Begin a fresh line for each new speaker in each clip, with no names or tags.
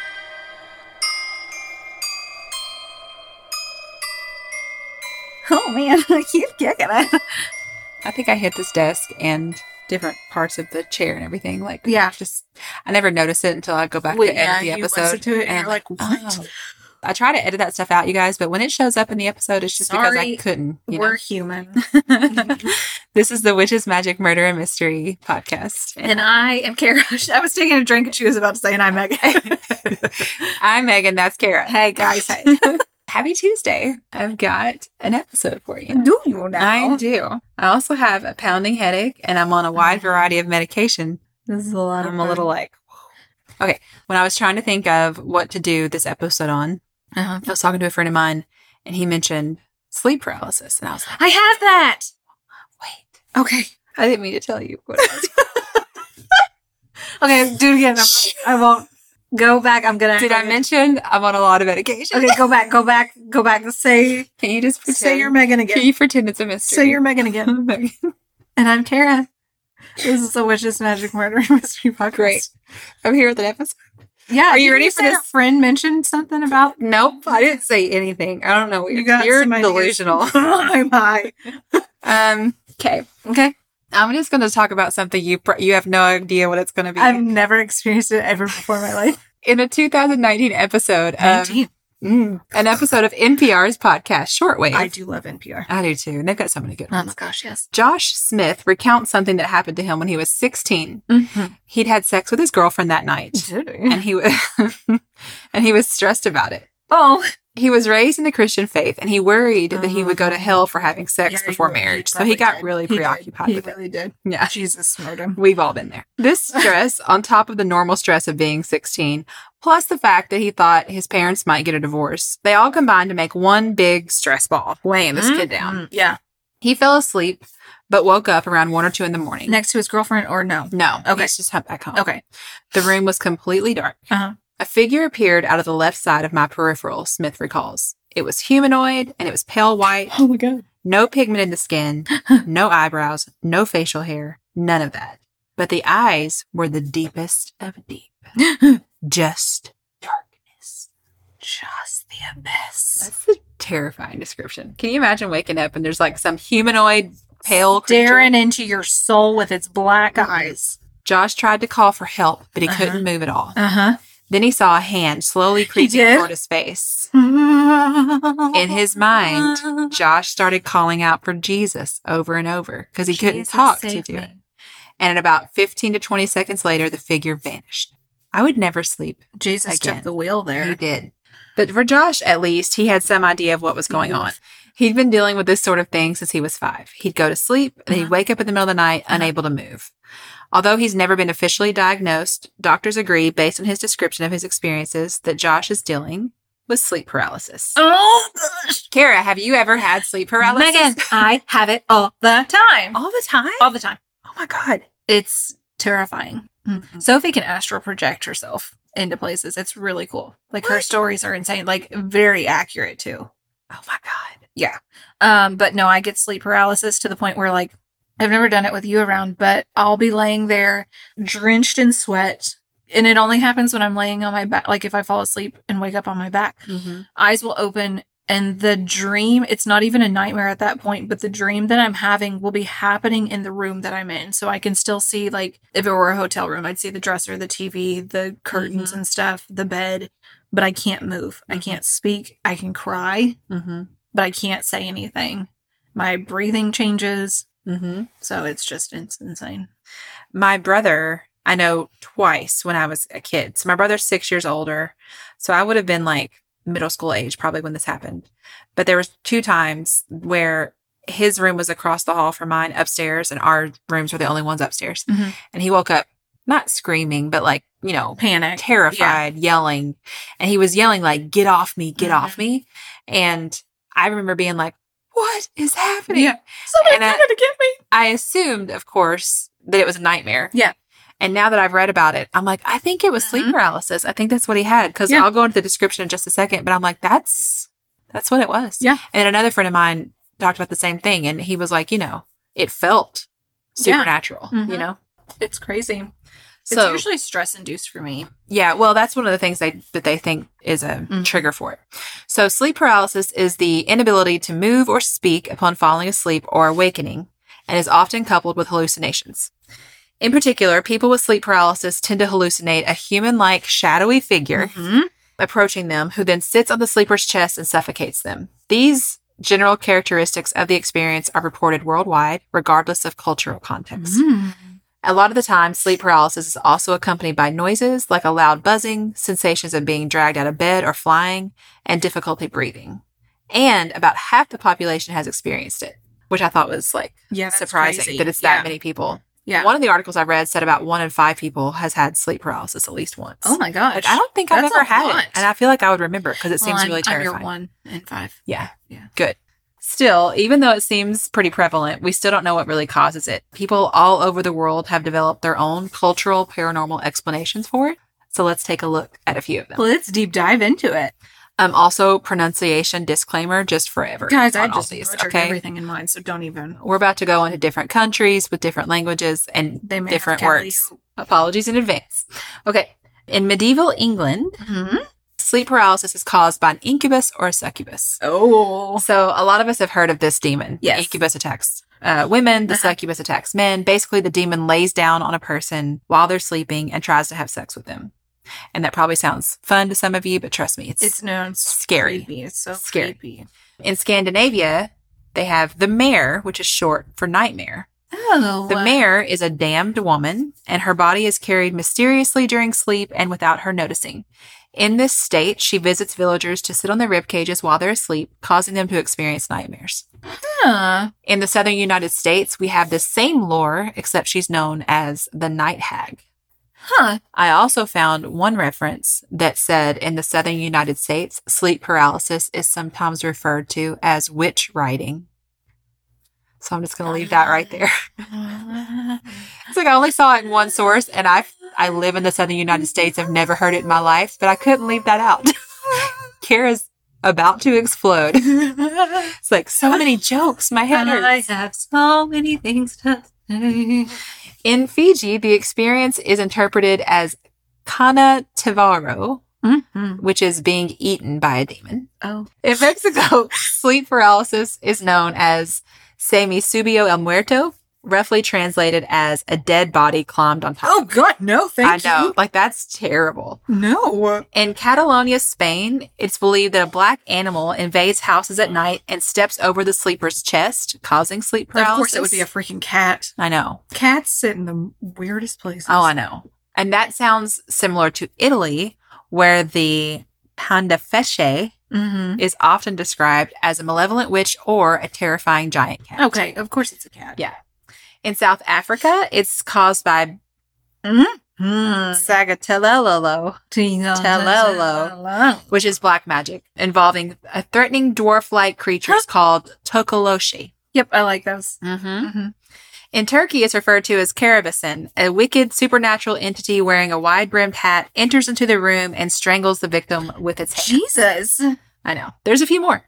Oh man, I keep kicking it.
I think I hit this desk and different parts of the chair and everything. Like,
Yeah.
just I never notice it until I go back
Well,
to edit
yeah,
the
you
episode.
listen to it and you're like, what?
oh. I try to edit that stuff out, you guys, but when it shows up in the episode, it's just because I
Sorry,
couldn't. You
We're
know?
human.
this is the Witches, Magic, Murder, and Mystery podcast. Uh,
And I am Kara. I was taking a drink and she was about to say, and I'm Megan.
I'm Megan. That's Kara.
hey guys, hey.
Happy Tuesday. I've got an episode for you.
Do you now?
I do. I also have a pounding headache and I'm on a wide variety of medication
This is a lot
I'm Mm-hmm. a little like, whoa. okay. When I was trying to think of what to do this episode on,
Uh-huh.
I was talking to a friend of mine and he mentioned sleep paralysis. And I was like,
I have that.
wait,
Okay.
I didn't mean to tell you. What it was.
Okay, do it again. I'm, I won't go back. I'm gonna.
Did I mention I'm on a lot of medication?
Okay, go back, go back, go back. Say,
Can you just pretend?
say you're Megan
Can
again.
you pretend it's a mystery?
Say you're Megan again. And I'm Kara. This is the Witches Magic Murder and Mystery Podcast.
Great. I'm here with an episode.
Yeah.
Are you
didn't
ready for
say
this?
A friend mentioned something about
Nope, I didn't say anything. I don't know.
you got
you're
some ideas.
delusional.
I'm high.
um. Okay.
Okay.
I'm just going to talk about something you pr- you have no idea what it's going to be.
I've never experienced it ever before in my life.
in a 2019 episode of
19.
Mm, an episode of NPR's podcast Shortwave.
I Uh-huh.
I,
do love NPR.
do too. And they've got so many good ones.
gosh, yes.
Josh Smith recounts something that happened to him when he was 16.
mm-hmm.
He'd had sex with his girlfriend that night, and he was and he was stressed about it.
Oh,
He was raised in the Christian faith, and he worried that he would go to hell for having sex
Uh-huh. Yeah,
before
he- he
marriage. so he got
probably
really
did. He did.
preoccupied
He
with it.
really did.
Yeah.
Jesus smote him.
We've all been there. This stress, on top of the normal stress of being 16, plus the fact that he thought his parents might get a divorce, they all combined to make one big stress ball weighing this kid down.
Mhm. Yeah.
He fell asleep, but woke up around one or two in the morning.
Next to his girlfriend or no?
No,
Okay.
he's just back home.
Okay.
The room was completely dark.
Uh-huh.
A figure appeared out of the left side of my peripheral, Smith recalls. It was humanoid and it was pale white,
Oh my God.
no pigment in the skin, no eyebrows, no facial hair, none of that. But the eyes were the deepest of deep just darkness.
Just the abyss.
That's a terrifying description. Can you imagine waking up and there's like some humanoid pale creature?
Staring into your soul with its black eyes.
Josh tried to call for help, but he
Uh-huh.
couldn't move at all.
Uh huh.
Then he saw a hand slowly creeping
did?
toward his face. In
In
his mind, Josh started calling out for Jesus over and over because he couldn't talk to do it. And at about 15 to 20 seconds later, the figure vanished. I would never sleep.
Jesus
Again.
took the wheel
He
there.
did. But for Josh, at least, he had some idea of what was going on. He'd been dealing with this sort of thing since he was five. He'd go to sleep and he'd
Uh-huh.
wake up in the middle of the night
Uh-huh.
unable to move. Although he's never been officially diagnosed, doctors agree, based on his description of his experiences, that Josh is dealing with sleep paralysis.
Oh, gosh.
Kara, have you ever had sleep paralysis?
Megan, I have it all the time.
All the time?
All the time.
Oh my God.
It's terrifying.
Mm-hmm.
Sophie can astral project herself into places. It's really cool. Like her
What?
stories are insane, like very accurate too.
Oh my God.
Um, but no, I get sleep paralysis to the point where like I've never done it with you around, but I'll be laying there drenched in sweat. And it only happens when I'm laying on my back, like if I fall asleep and wake up on my back. eyes will open and the dream it's not even a nightmare at that point but the dream that i'm having will be happening in the room that i'm in so i can still see like if it were a hotel room i'd see the dresser the tv the curtains
Mhm.
and stuff the bed but i can't move i
Mhm.
can't speak i can cry
Mm-hmm.
but i can't say anything my breathing changes
Mm-hmm.
so it's just it's insane
my brother i know twice when i was a kid so my brother's six years older so i would have been like middle school age probably when this happened but there was two times where his room was across the hall from mine upstairs and our rooms were the only ones upstairs
Mhm.
and he woke up not screaming but like you know
panic
terrified yelling and he was yelling like get off me get off
Mhm.
me and i remember being like what is happening
yeah somebody
And I-
tried to get me
I assumed, of course, that it was a nightmare.
Yeah.
And now that I've read about it, I'm like, I think it was sleep
Mhm.
paralysis. I think that's what he had. Because
Yeah.
I'll go into the description in just a second, but I'm like, that's that's what it was.
Yeah.
And another friend of mine talked about the same thing, and he was like, you know, it felt
Yeah.
supernatural.
Mhm.
You know,
it's crazy it's
So
usually stress induced for me.
yeah, well, that's one of the things they that they think is a
Mhm.
trigger for it. So sleep paralysis is the inability to move or speak upon falling asleep or awakening, and is often coupled with hallucinations. In particular, people with sleep paralysis tend to hallucinate a human-like shadowy figure
Mm-hmm.
approaching them, who then sits on the sleeper's chest and suffocates them. These general characteristics of the experience are reported worldwide, regardless of cultural context.
Mm.
A lot of the time, sleep paralysis is also accompanied by noises like a loud buzzing, sensations of being dragged out of bed or flying, and difficulty breathing. And about half the population has experienced it, which I thought was like
Yeah, that's
surprising
crazy.
that it's that
Yeah.
many people.
Yeah.
One of the articles I read said about one in five people has had sleep paralysis at least once.
Oh my gosh!
Like, I don't think I've
That's
ever
a
had
lot.
it, and I feel like I would remember because it
Well,
seems
I'm-
really
I'm your
terrifying.
one and five.
Yeah,
Yeah.
good. Still, even though it seems pretty prevalent, we still don't know what really causes it. People all over the world have developed their own cultural paranormal explanations for it. So let's take a look at a few of them.
Well, let's deep dive into it,
Um, also pronunciation disclaimer just forever,
guys. I
on all
just
these,
butchered everything in mine, so don't even.
We're about to go into different countries with different languages and
They may
different
have to tell
words.
you.
Apologies in advance. Okay. In medieval England,
Mhm.
sleep paralysis is caused by an incubus or a succubus.
Oh,
So a lot of us have heard of this demon. The
Yes.
incubus attacks uh, women. The
Uh-huh.
succubus attacks men. Basically, the demon lays down on a person while they're sleeping and tries to have sex with them. And that probably sounds fun to some of you, but trust me, it's,
it's no it's
Scary.
Creepy. It's so
Scary.
creepy.
in Scandinavia. They have the mare, which is short for nightmare.
Oh,
The mare is a damned woman, and her body is carried mysteriously during sleep and without her noticing. In this state, she visits villagers to sit on their rib cages while they're asleep, causing them to experience nightmares.
Huh.
In the southern United States, we have the same lore, except she's known as the night hag.
Huh.
I also found one reference that said in the southern United States, sleep paralysis is sometimes referred to as witch riding. So I'm just going to leave that right there. It's like I only saw it in one source, and I I live in the southern United States. I've never heard it in my life, but I couldn't leave that out. Kara's about to explode. It's like so many jokes. My head hurts.
I have so many things to say.
In Fiji, the experience is interpreted as kana tivaro,
Mm-hmm.
which is being eaten by a demon.
Oh,
In Mexico, sleep paralysis is known as semisubió el muerto, roughly translated as a dead body climbed on top.
God, no!
Oh, I know, like that's terrible.
No.
In Catalonia, Spain, it's believed that a black animal invades houses at night and steps over the sleeper's chest, causing sleep paralysis.
Of course, it would be a freaking cat.
I know.
Cats sit in the weirdest places.
Oh, I know. And that sounds similar to Italy, where the panda fesce
Mm-hmm.
is often described as a malevolent witch or a terrifying giant cat.
Okay, of course it's a cat.
Yeah. In South Africa, it's caused by
Mm.
sagatelelo,
Telelo.
which is black magic involving a threatening dwarf-like creatures called tokoloshi.
Yep, I like those.
Mm-hmm.
Mm-hmm.
In Turkey, it's referred to as Karabasan. A wicked supernatural entity wearing a wide-brimmed hat enters into the room and strangles the victim with its hand.
Jesus.
I know. There's a few more.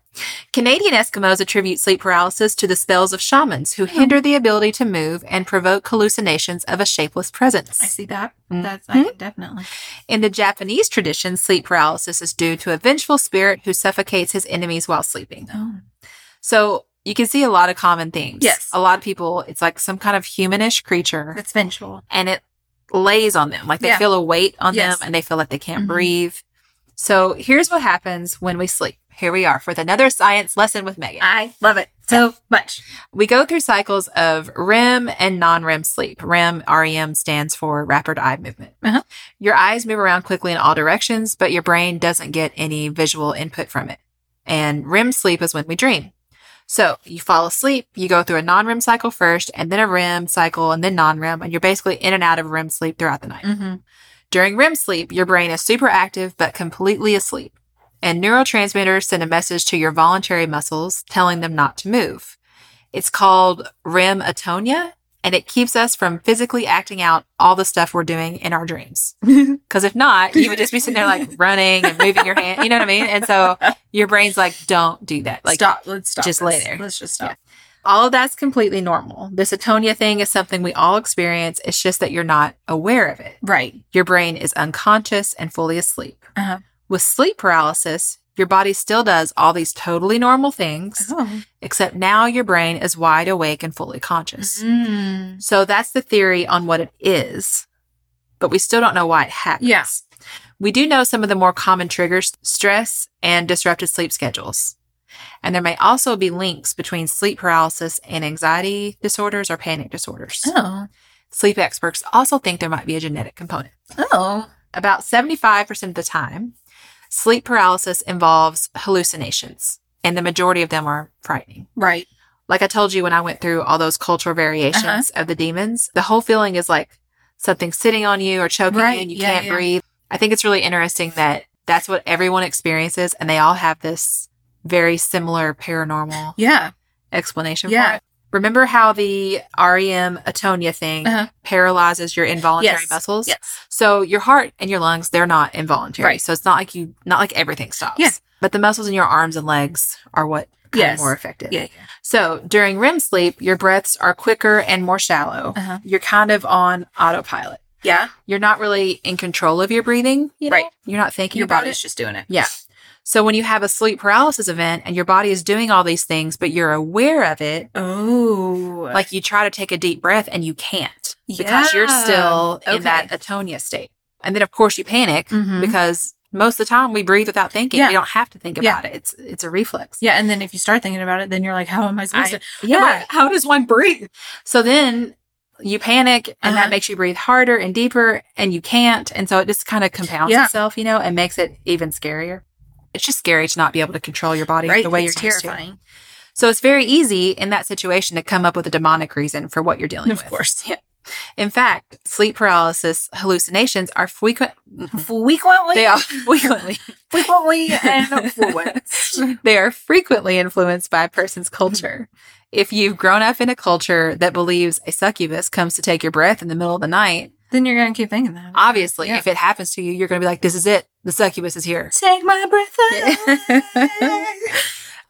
Canadian Eskimos attribute sleep paralysis to the spells of shamans
Hmm.
who hinder the ability to move and provoke hallucinations of a shapeless
I
presence.
see that.
Mhm.
That's I can definitely.
In the Japanese tradition, sleep paralysis is due to a vengeful spirit who suffocates his enemies while sleeping.
Oh.
So you can see a lot of common themes.
Yes.
A lot of people, it's like some kind of humanish creature
That's vengeful.
and it lays on them. Like they
Yeah.
feel a weight on
Yes.
them and they feel like they can't
Mhm.
breathe. So here's what happens when we sleep. Here we are for another science lesson with Megan.
I love it so much.
We go through cycles of REM and non REM sleep. REM, REM stands for rapid eye movement.
Uh-huh.
Your eyes move around quickly in all directions, but your brain doesn't get any visual input from it. And REM sleep is when we dream. So you fall asleep, you go through a non REM cycle first, and then a REM cycle, and then non REM, and you're basically in and out of REM sleep throughout the night.
Mm-hmm.
During REM sleep, your brain is super active but completely asleep. And neurotransmitters send a message to your voluntary muscles telling them not to move. It's called REM atonia, and it keeps us from physically acting out all the stuff we're doing in our dreams. Because if not, you would just be sitting there like running and moving your hand. You know what I mean? And so your brain's like, don't do that. Like,
stop. Let's stop.
just
this.
lay there.
Let's just stop.
All of that's completely normal. This atonia thing is something we all experience. It's just that you're not aware of it.
Right.
Your brain is unconscious and fully asleep.
Uh-huh.
With sleep paralysis, your body still does all these totally normal things,
Oh.
except now your brain is wide awake and fully conscious.
Mm.
So that's the theory on what it is, but we still don't know why it happens.
Yeah.
We do know some of the more common triggers stress and disrupted sleep schedules. And there may also be links between sleep paralysis and anxiety disorders or panic disorders.
Oh.
Sleep experts also think there might be a genetic component.
Oh.
About 75% of the time, sleep paralysis involves hallucinations, and the majority of them are frightening
Right.
like I told you when I went through all those cultural variations
Uh-huh.
of the demons, the whole feeling is like something sitting on you or choking
Right.
you and you
Yeah,
can't
yeah.
breathe. I think it's really interesting that that's what everyone experiences and they all have this very similar paranormal
Yeah.
explanation for
Yeah.
it. Remember how the REM atonia thing
Uh-huh.
paralyzes your involuntary
Yes.
muscles?
Yes.
So your heart and your lungs, they're not involuntary.
Right.
So it's not like you not like everything stops.
Yeah.
But the muscles in your arms and legs are what kind
Yes.
of more affected.
Yeah.
So during REM sleep, your breaths are quicker and more shallow.
Uh-huh.
You're kind of on autopilot.
Yeah.
You're not really in control of your breathing. You know?
Right.
You're not thinking
Your
about
body's
it.
just doing it.
Yeah. So when you have a sleep paralysis event and your body is doing all these things, but you're aware of it,
Oh.
like you try to take a deep breath and you can't because you're
Yeah.
still in
Okay.
that atonia state. And then of course you panic
Mhm.
because most of the time we breathe without thinking.
Yeah.
We don't have to think
Yeah.
about it. It's it's a reflex.
yeah, and then if you start thinking about it, then you're like, how am I
I-
supposed to?
yeah.
Like, how does one breathe?
So then you panic and
Uh-huh.
that makes you breathe harder and deeper and you can't. And so it just kind of compounds
Yeah.
itself, you know, and makes it even scarier. It's just scary to not be able to control your body the way
it's
you're used to.
terrifying.
So it's very easy in that situation to come up with a demonic reason for what you're dealing with.
Of course. Yeah.
In fact, sleep paralysis hallucinations are frequent.
Frequently.
They are frequently.
Frequently and fluent.
they are frequently influenced by a person's culture. If you've grown up in a culture that believes a succubus comes to take your breath in the middle of the night,
then you're gonna keep thinking that.
obviously,
Yeah.
if it happens to you, you're going to be like, this is it. The succubus is here.
Take my breath away.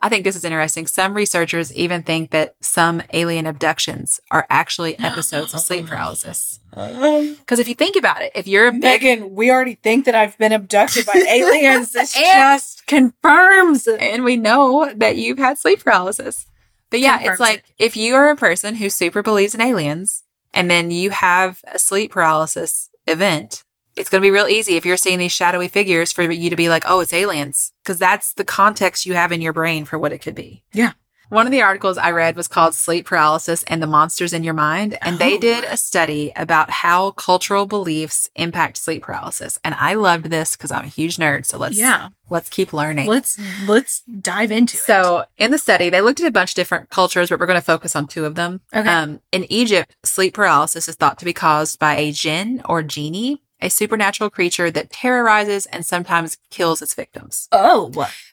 I think this is interesting. Some researchers even think that some alien abductions are actually episodes of sleep paralysis. Because if you think about it, if you're a big
Um, Megan, we already think that I've been abducted by aliens. This
And-
just confirms it.
and we know that you've had sleep paralysis. But yeah,
Confirms
it's like if you are a person who super believes in aliens and then you have a sleep paralysis event, it's going to be real easy if you're seeing these shadowy figures for you to be like, oh, it's aliens, because that's the context you have in your brain for what it could be.
Yeah.
One of the articles I read was called Sleep Paralysis and the Monsters in Your Mind. And they
Oh.
did a study about how cultural beliefs impact sleep paralysis. And I loved this because I'm a huge nerd. So let's,
Yeah.
let's keep learning.
Let's let's dive into it.
So, in the study, they looked at a bunch of different cultures, but we're going to focus on two of them.
Okay.
Um, in Egypt, sleep paralysis is thought to be caused by a jinn or genie, a supernatural creature that terrorizes and sometimes kills its victims.
Oh.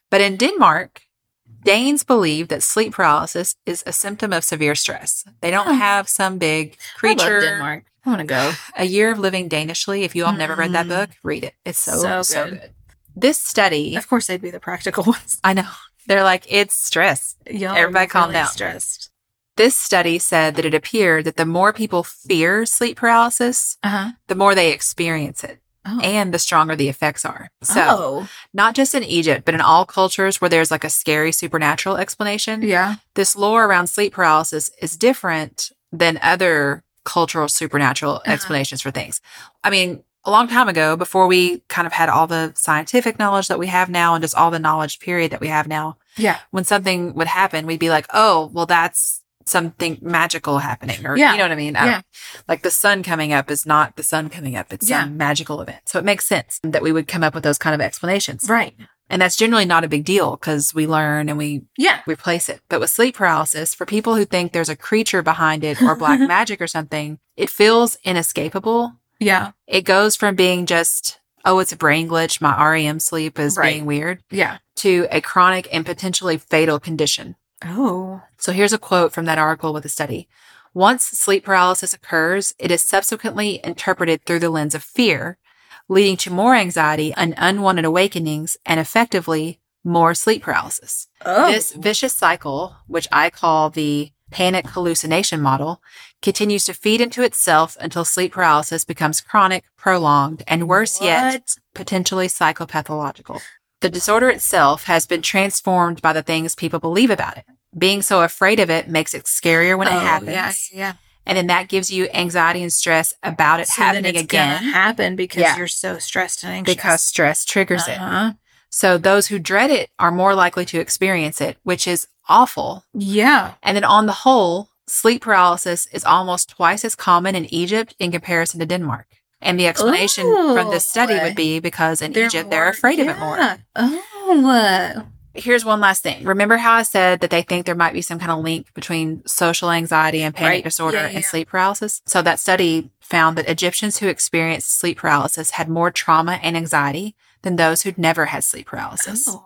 But in Denmark, Danes believe that sleep paralysis is a symptom of severe stress. They don't
Oh.
have some big creature.
I love Denmark. I want to go.
A Year of Living Danishly. If you all have never read that
Mm.
book, read it. It's so, so
So
good.
good.
This study,
Of course, they'd be the practical ones.
I know, they're like, it's stress.
Y'all
Everybody
are
calm down.
Stressed.
This study said that it appeared that the more people fear sleep paralysis,
Uh huh.
the more they experience it
Oh.
and the stronger the effects are. So,
oh.
not just in Egypt, but in all cultures where there's like a scary supernatural explanation,
Yeah.
this lore around sleep paralysis is different than other cultural supernatural
Uh-huh.
explanations for things. I mean, a long time ago, before we kind of had all the scientific knowledge that we have now and just all the knowledge period that we have now,
Yeah.
when something would happen, we'd be like, oh, well, that's something magical happening. Or,
Yeah.
you know what I mean? I
Yeah.
don't- Like the sun coming up is not the sun coming up, it's
Yeah.
some magical event. So it makes sense that we would come up with those kind of explanations.
Right.
And that's generally not a big deal because we learn and we
Yeah.
replace it. But with sleep paralysis, for people who think there's a creature behind it or black magic or something, it feels inescapable.
Yeah.
It goes from being just, oh, it's a brain glitch, my REM sleep is
Right.
being weird,
Yeah.
to a chronic and potentially fatal condition.
Oh.
So here's a quote from that article with the study. Once sleep paralysis occurs, it is subsequently interpreted through the lens of fear, leading to more anxiety and unwanted awakenings and effectively more sleep paralysis.
Oh.
This vicious cycle, which I call the panic hallucination model, continues to feed into itself until sleep paralysis becomes chronic, prolonged, and worse yet,
What?
potentially psychopathological. The disorder itself has been transformed by the things people believe about it. Being so afraid of it makes it scarier when
Oh,
it happens.
Yeah, yeah.
And then that gives you anxiety and stress about it
So then
happening
it's
again
gonna happen because
Yeah.
you're so stressed and anxious.
because stress triggers it.
Uh-huh.
So those who dread it are more likely to experience it, which is awful.
Yeah.
And then on the whole, sleep paralysis is almost twice as common in Egypt in comparison to Denmark. And the explanation from this study
Ooh.
would be because in
Oh, They're
Egypt
more-
they're afraid of it more.
yeah. Oh.
Here's one last thing. Remember how I said that they think there might be some kind of link between social anxiety and panic
Right.
disorder
Yeah, yeah,
and
yeah.
sleep paralysis? So that study found that Egyptians who experienced sleep paralysis had more trauma and anxiety than those who'd never had sleep paralysis.
Oh.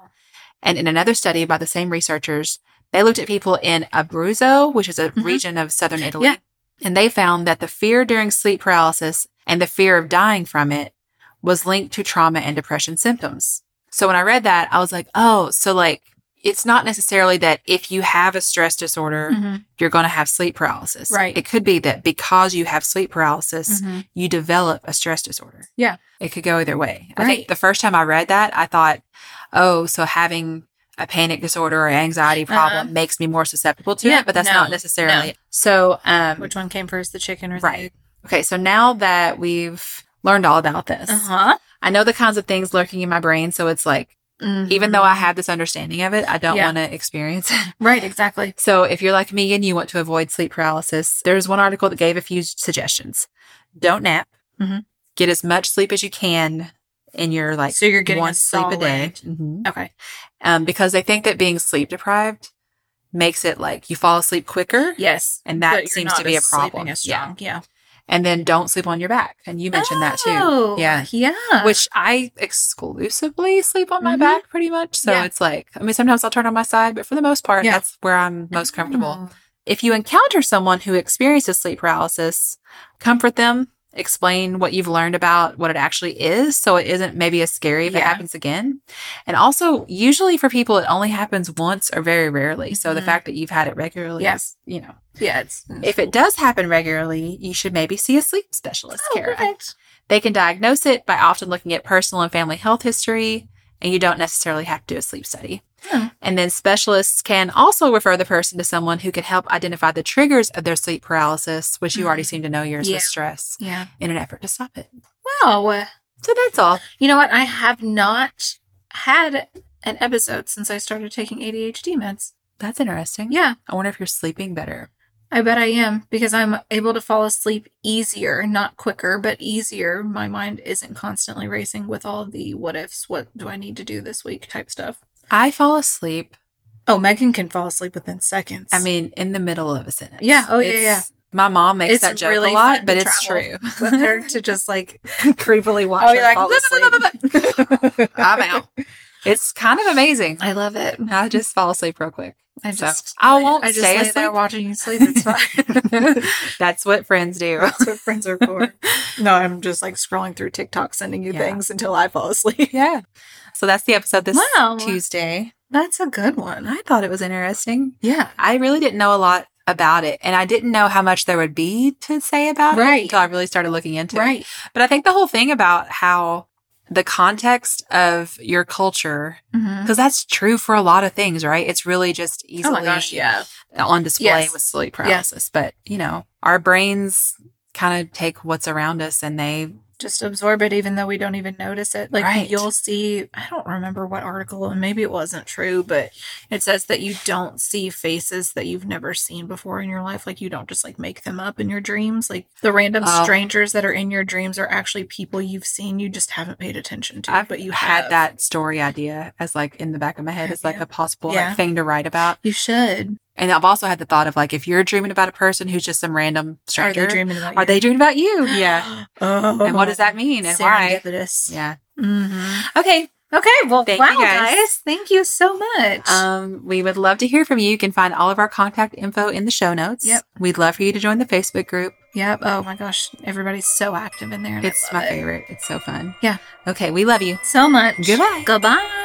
And in another study by the same researchers, they looked at people in Abruzzo, which is a
Mhm.
region of southern Italy,
Yeah.
and they found that the fear during sleep paralysis and the fear of dying from it was linked to trauma and depression symptoms. So when I read that, I was like, oh, so like it's not necessarily that if you have a stress disorder,
Mhm.
you're going to have sleep paralysis.
Right.
It could be that because you have sleep paralysis,
Mhm.
you develop a stress disorder.
Yeah.
It could go either way. I
Right.
think the first time I read that, I thought, oh, so having a panic disorder or anxiety problem
Uh-huh.
makes me more susceptible to
Yeah,
it, but that's
no,
not necessarily. So, um,
Which one came first, the chicken or the
Right. okay, so now that we've learned all about this,
Uh huh.
I know the kinds of things lurking in my brain. So it's like, even though I have this understanding of it, I don't
Mm-hmm. Yeah.
want to experience it.
Mm-hmm. right, exactly.
So if you're like me and you want to avoid sleep paralysis, there's one article that gave a few suggestions. Don't nap.
Mhm.
Get as much sleep as you can in your like
So you're getting
one
a Mm-hmm.
sleep a day, Mhm.
Okay.
um, because they think that being sleep deprived makes it like you fall asleep quicker,
Yes.
and
But
that
you're
seems
not
to be a
as sleeping
problem.
As
Yeah,
strong. Yeah.
and then don't sleep on your back, and you mentioned that too.
Oh,
Yeah.
Yeah.
Which I exclusively sleep on my
Mhm.
back pretty much. So
Yeah.
it's like, I mean, sometimes I'll turn on my side, but for the most part,
Yeah.
that's where I'm most comfortable
Mm-hmm.
if you encounter someone who experiences sleep paralysis, comfort them, explain what you've learned about what it actually is so it isn't maybe as scary if it
Yeah.
happens again. And also, usually for people, it only happens once or very rarely. So the
Mhm.
fact that you've had it regularly
Yeah.
is, you know,
Yeah. It's,
if it does happen regularly, you should maybe see a sleep specialist,
oh,
Kara.
perfect.
They can diagnose it by often looking at personal and family health history, and you don't necessarily have to do a sleep study.
Hmm.
And then specialists can also refer the person to someone who can help identify the triggers of their sleep paralysis, which you already
Mhm.
seem to know yours
Yeah.
was stress,
Yeah.
in an effort to stop it.
Wow. uh,
So that's all.
You know what? I have not had an episode since I started taking ADHD meds.
That's interesting.
Yeah.
I wonder if you're sleeping better.
I bet I am because I'm able to fall asleep easier, not quicker, but easier. My mind isn't constantly racing with all the what ifs, what do I need to do this week type stuff.
I fall asleep,
Oh, Megan can fall asleep within seconds.
I mean, in the middle of a sentence.
Yeah. Oh, yeah,
It's- My mom makes
It's
that joke
really
a lot,
fun
but
to
it's
travel
true.
with her to just like,
creepily watch
oh,
her
you're like,
fall asleep. I'm out. It's kind of amazing.
I love it.
I just fall asleep real quick.
I
So,
just,
I won't
I just
stay
lay there
asleep.
watching you sleep. It's fine.
That's what friends do.
That's what friends are for. No, I'm just like scrolling through TikTok, sending you
Yeah.
things until I fall asleep.
Yeah. So that's the episode this
Wow.
Tuesday.
That's a good one.
I thought it was interesting.
Yeah.
I really didn't know a lot about it, and I didn't know how much there would be to say about it
Right.
until I really started looking into it.
Right.
But I think the whole thing about how the context of your culture,
Mm-hmm.
because that's true for a lot of things, right? It's really just
Oh
easily
my gosh. Yeah.
on display
Yes.
with sleep paralysis. But you know, our brains kind of take what's around us and they
just absorb it even though we don't even notice it like
Right.
you'll see i don't remember what article and maybe it wasn't true but it says that you don't see faces that you've never seen before in your life like you don't just like make them up in your dreams like the random
Oh.
strangers that are in your dreams are actually people you've seen you just haven't paid attention to
I've
but you
had
have.
that story idea as like in the back of my head
Have
as like
you?
a possible
Yeah.
like, thing to write about.
you should
And I've also had the thought of like if you're dreaming about a person who's just some random stranger,
are they dreaming about
are
you?
they dreaming about you? Yeah.
oh
And what does that mean and why?
serendipitous
Yeah.
Mhm.
Okay.
okay well
Thank
wow
you, guys.
guys. thank you so much
Um, we would love to hear from you. You can find all of our contact info in the show notes.
Yep.
We'd love for you to join the Facebook group.
Yep. Oh my gosh. Everybody's so active in there. and I
It's
love
my
it.
favorite. It's so fun.
Yeah.
Okay. We love you.
So much.
Goodbye.
Goodbye.